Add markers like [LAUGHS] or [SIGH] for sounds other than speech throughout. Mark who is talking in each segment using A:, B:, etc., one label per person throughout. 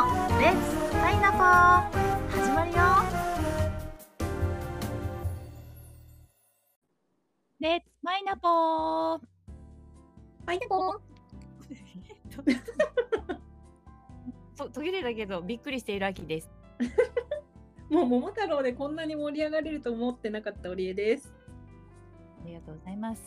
A: X パイナポー始まるよ
B: レッツマイナポー
A: パイナポー
B: と途切れたけどびっくりしている秋です。
C: もう桃太郎でこんなに盛り上がれると思ってなかった織江です。
B: ありがとうございます。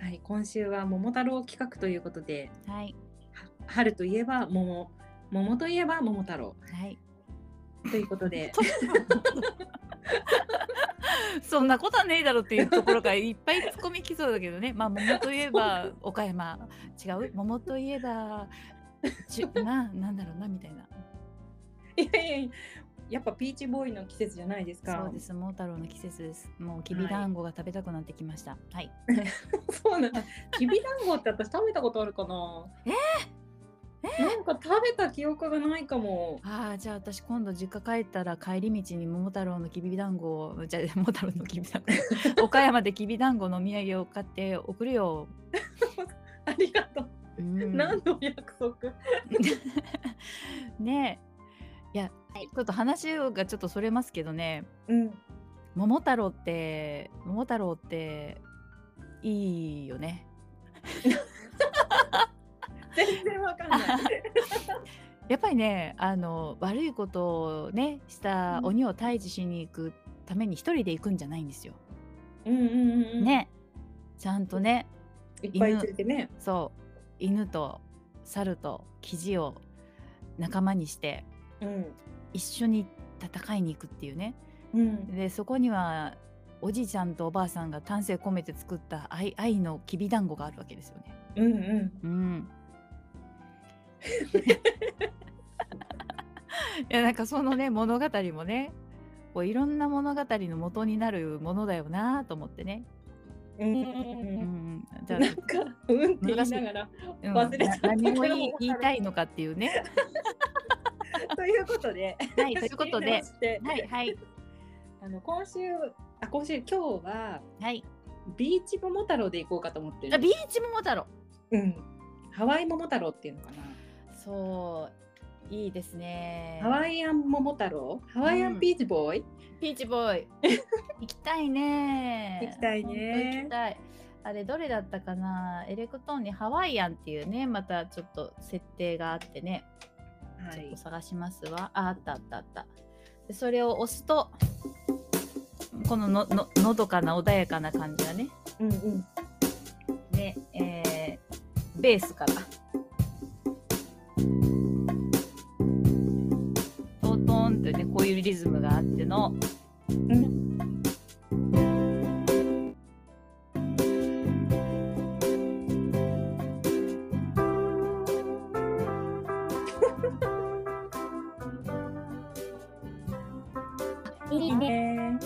C: はい、今週は桃太郎企画ということで、
B: はい
C: は春といえば桃、桃といえば桃太郎
B: はい。
C: ということで、
B: [LAUGHS] そんなことはねえだろっていうところからいっぱい突っ込みきそうだけどね。まあ桃といえば岡山違う桃といえばちゅ [LAUGHS] ななんだろうなみたいな。
C: [LAUGHS] いやいやいや、やっぱピーチボーイの季節じゃないですか。
B: そうです桃太郎の季節です。もうきびだんごが食べたくなってきました。はい。
C: [LAUGHS] そうなんだ。きびだんごって私食べたことあるか [LAUGHS] な。
B: え
C: なんか食べた記憶がないかも。 [LAUGHS]
B: ああじゃあ私今度実家帰ったら帰り道に桃太郎のきびだんごをじゃあ [LAUGHS] 桃太郎のきびだん
C: [LAUGHS]
B: ご岡山できびだんごのお土産を買って送るよ。
C: ありがとう。
B: うん
C: 何の約束。
B: ねえいや、ちょっと話がちょっとそれますけどね
C: うん。
B: 桃太郎って桃太郎っていいよね
C: 全然わかんない。
B: やっぱりねあの悪いことをねした
C: うん
B: 鬼を退治しに行くために一人で行くんじゃないんですよ、
C: [LAUGHS] うんうんうん [LAUGHS] うん。。
B: ねちゃんとね
C: いっぱい連れてね。
B: そう犬と猿とキジを仲間にして
C: うん。
B: 一緒に戦いに行くっていうね
C: うん。
B: でそこにはおじいちゃんとおばあさんが丹精込めて作った愛愛のきびだんごがあるわけですよね。
C: うんうん。 [LAUGHS]
B: うん、いやなんかそのね物語もねこういろんな物語の元になるものだよなと思ってね。
C: うんうん
B: う
C: うん
B: ん、じ
C: う
B: ゃ
C: ん
B: あ
C: なんか、うんって言いながら。
B: うん
C: 忘れちゃったけど
B: な何を言い言いたいのかっていう
C: [LAUGHS]
B: ね。
C: ということで、
B: はい、ということ
C: [LAUGHS] 切
B: で
C: り直、して
B: はいはい
C: あの今週、あ、今週、今日は [LAUGHS]
B: はい。
C: ビーチ桃太郎で行こうかと思って
B: あ
C: る。
B: ビーチ桃太郎。
C: うん。ハワイ桃太郎っていうのかな。
B: そういいですね。
C: ハワイアン桃太郎、ハワイアンビーチボーイ。
B: ピーチボ
C: [LAUGHS]
B: ーイ行きたいね
C: 行きたいね
B: 本当行きたいあれどれだったかなエレクトーンにハワイアンっていうねまたちょっと設定があってね、
C: は
B: ちょっ
C: い
B: と。探しますわああったあったあったでそれを押すとこののののどかな穏やかな感じがね
C: うんうん。
B: で、えーベースからトントンってねこういうリズムがあっての
C: うん。
A: いいね
C: ね。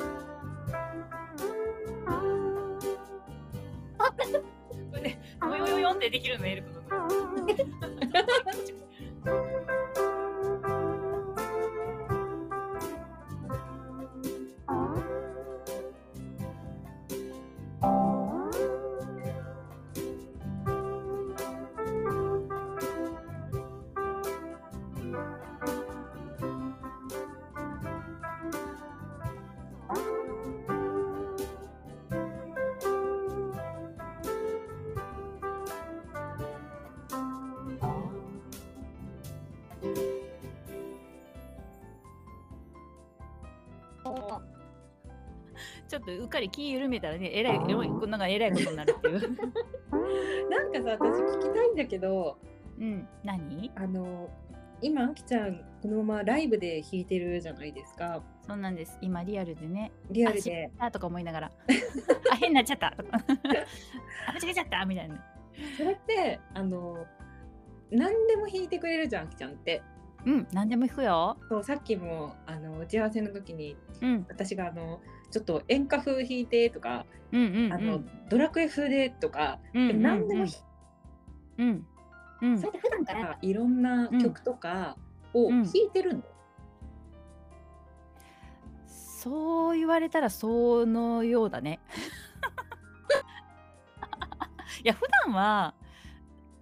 B: よよよんってできるのエルフの。ちょっとうっかり気緩めたらね、えらい、えらいこんなんかえらいことになるって
C: [LAUGHS]
B: いう。
C: なんかさ、私聞きたいんだけど、
B: うん、何
C: あの。今、あきちゃん、このままライブで弾いてるじゃないですか。
B: そうなんです。今リアルでね、
C: リアルで。
B: あとか思いながら、あ、変になっちゃった。とかあ、間違えちゃったみたいな。
C: それって、あの。何でも弾いてくれるじゃん、あきちゃんって。
B: うん、何でも弾くよ。
C: そうさっきもあの打ち合わせの時に
B: うん、
C: 私があのちょっと演歌風弾いてとか、
B: うん、うん、
C: あ
B: う
C: の
B: ん
C: ドラクエ風でとか、
B: うんうん、
C: 何でも弾いて
B: うん、うん
A: そ、れって普段か
C: た
A: ら
C: らいろんな曲とかを
B: うん
C: 弾いてるの。
B: そう言われたらそのようだね。 [LAUGHS] いや普段は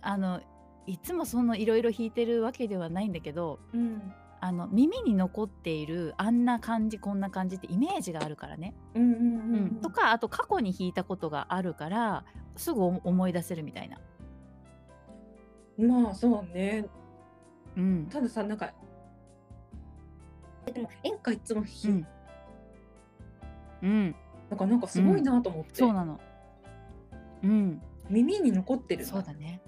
B: あのいつもそのいろいろ弾いてるわけではないんだけど
C: うん
B: あの耳に残っているあんな感じこんな感じってイメージがあるからね、
C: うん
B: う
C: うんうんん
B: とかあと過去に弾いたことがあるからすぐ思い出せるみたいな。
C: うんまあそうね
B: うん
C: たださなんかでも演歌いつもひ、
B: うんうん、
C: なんかなんかすごいなと思って、
B: そうなの。うん、
C: 耳に残ってる
B: そうだね。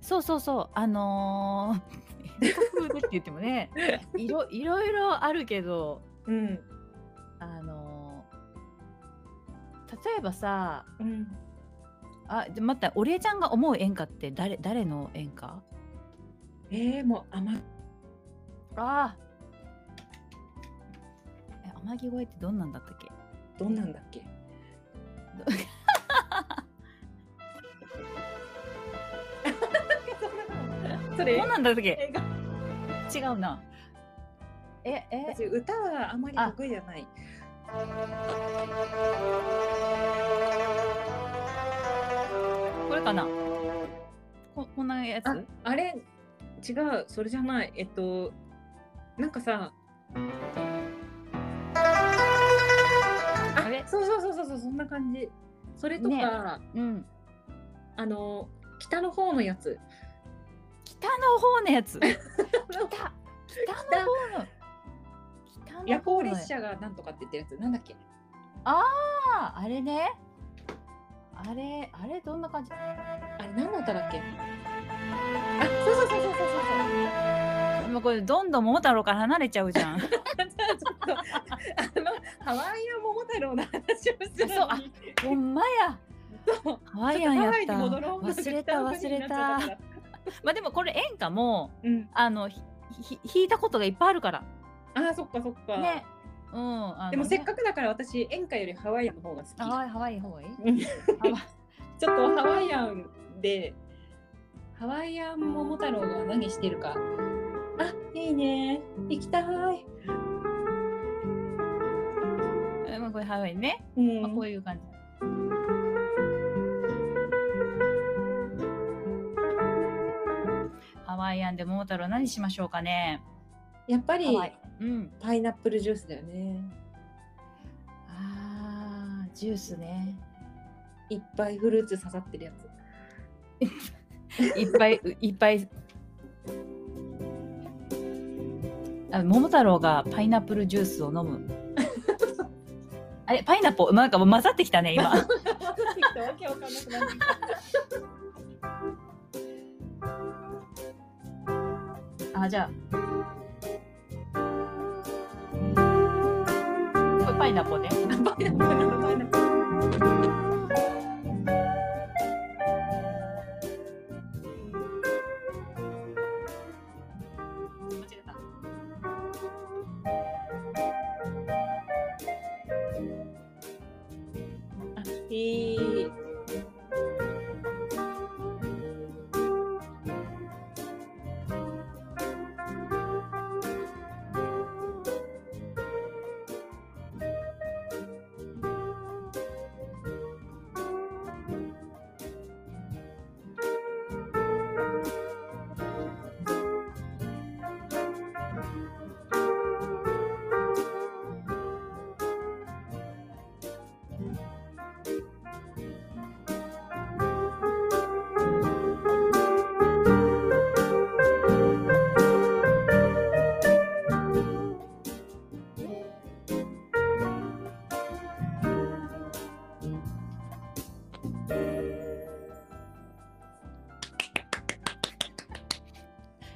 B: そうそうそう、あの
C: [LAUGHS]
B: ー、英語風でって言ってもね、いろいろいろあるけど、
C: うん
B: あのー、例えばさ、
C: うん
B: あ、じゃ待って、お礼ちゃんが思う演歌って誰誰の演歌
C: えー、もう甘
B: ああ。え、天城越えってどんなんだったっけ
C: どんなんだっ
B: [LAUGHS]
C: け
B: ど
C: それ
B: どんなんだったっけ
C: 映画
B: 違うな。え、え、
C: 私歌はあまり得意じゃない
B: これかなここんなやつ
C: ああれ違うそれじゃないえっとなんかさあ
B: あれ
C: そうそうそうそうそうそんな感じそれとか、
B: ねうん。
C: あの北の方のやつ
B: 北の方のやつ。北の方の。北の方の
C: 夜行列車がなんとかって言ってるやつなんだっけ
B: ああれね。あれ、あれ、どんな感じ。
C: あれ何の歌だっけあそうそうそうそうそうそう
B: もうこれ、どんどん桃太郎から離れちゃうじ
C: [LAUGHS]
B: ゃん。そう、
C: そうあのハワイアン桃太郎の話をするのに
B: あそうあほんまや。
C: そう
B: ハワ
C: ちょ
B: イア
C: っと
B: ン
C: ハ
B: やっ
C: ワイ
B: た。
C: に戻ろう
B: 忘れた、忘れた。まあ、でも、これ演歌も、
C: うん
B: あの、ひ、ひ、弾いたことがいっぱいあるから。
C: あーそっかそっか、
B: ね。うん、あの
C: でもせっかくだから私演歌よりハワイアンの方が好き。
B: ハワイ、ハワイ、ハワイ。
C: うん
B: ハワイ
C: ちょっとハワイアンでハワイアン桃太郎が何してるか。あいいね行きたい。
B: うん、まあ、これ、ハワイね。
C: うん
B: まあ、こういう感じ。ハワイアンで桃太郎何しましょうかね。
C: やっぱり
B: ハワイうん。
C: パイナップルジュースだよね。
B: ああ、ジュースね。
C: いっぱいフルーツ刺さってるや
B: [LAUGHS]
C: つ。
B: いっぱいいっぱい。あ桃太郎がパイナップルジュースを飲 [LAUGHS] む。あれパイナップルなんかもう混ざってきたね今。
C: 混ざってきたわけわかんなくなってき
B: [LAUGHS]
C: た
B: あ、じゃあ。これパイナップルね。
C: [LAUGHS] パイナップルだパイナップル
B: 間違えた。
C: あいい。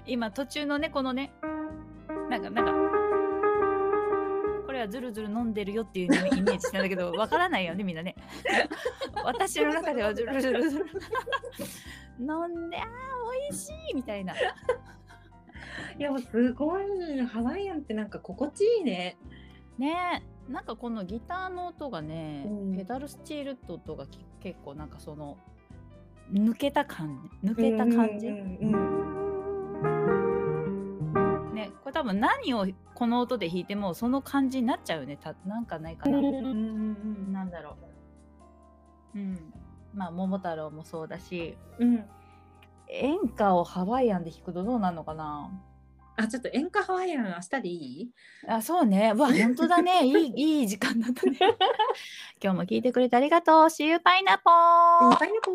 B: 今途中のねこのねなんかなんかこれはズルズル飲んでるよっていうイメージしたんだけ
C: [LAUGHS]
B: どわからないよねみんなね私の中で
C: [LAUGHS]
B: はズルズルズル飲んであー美味しいみたいない
C: やもうすごいハワイアンってなんか心地いいね。
B: ねえなんかこのギターの音がね、
C: うん
B: ペダルスチールって音がき結構なんかその抜けた感じ抜けた感じ、
C: うんうんうんうん
B: ねこれ多分何をこの音で弾いてもその感じになっちゃうよねたなんかないかな、
C: うんうん
B: なんだろう。うん。まあ、桃太郎もそうだし、
C: うんうん
B: 演歌をハワイアンで弾くとどうなるのかな
C: あ、ちょっと演歌ハワイアン明日でいい
B: あそうねうわ本当だねいい [LAUGHS] いい時 [LAUGHS] 間だったね今日も聞いてくれてありがとう See you パイナポー
C: パイナポー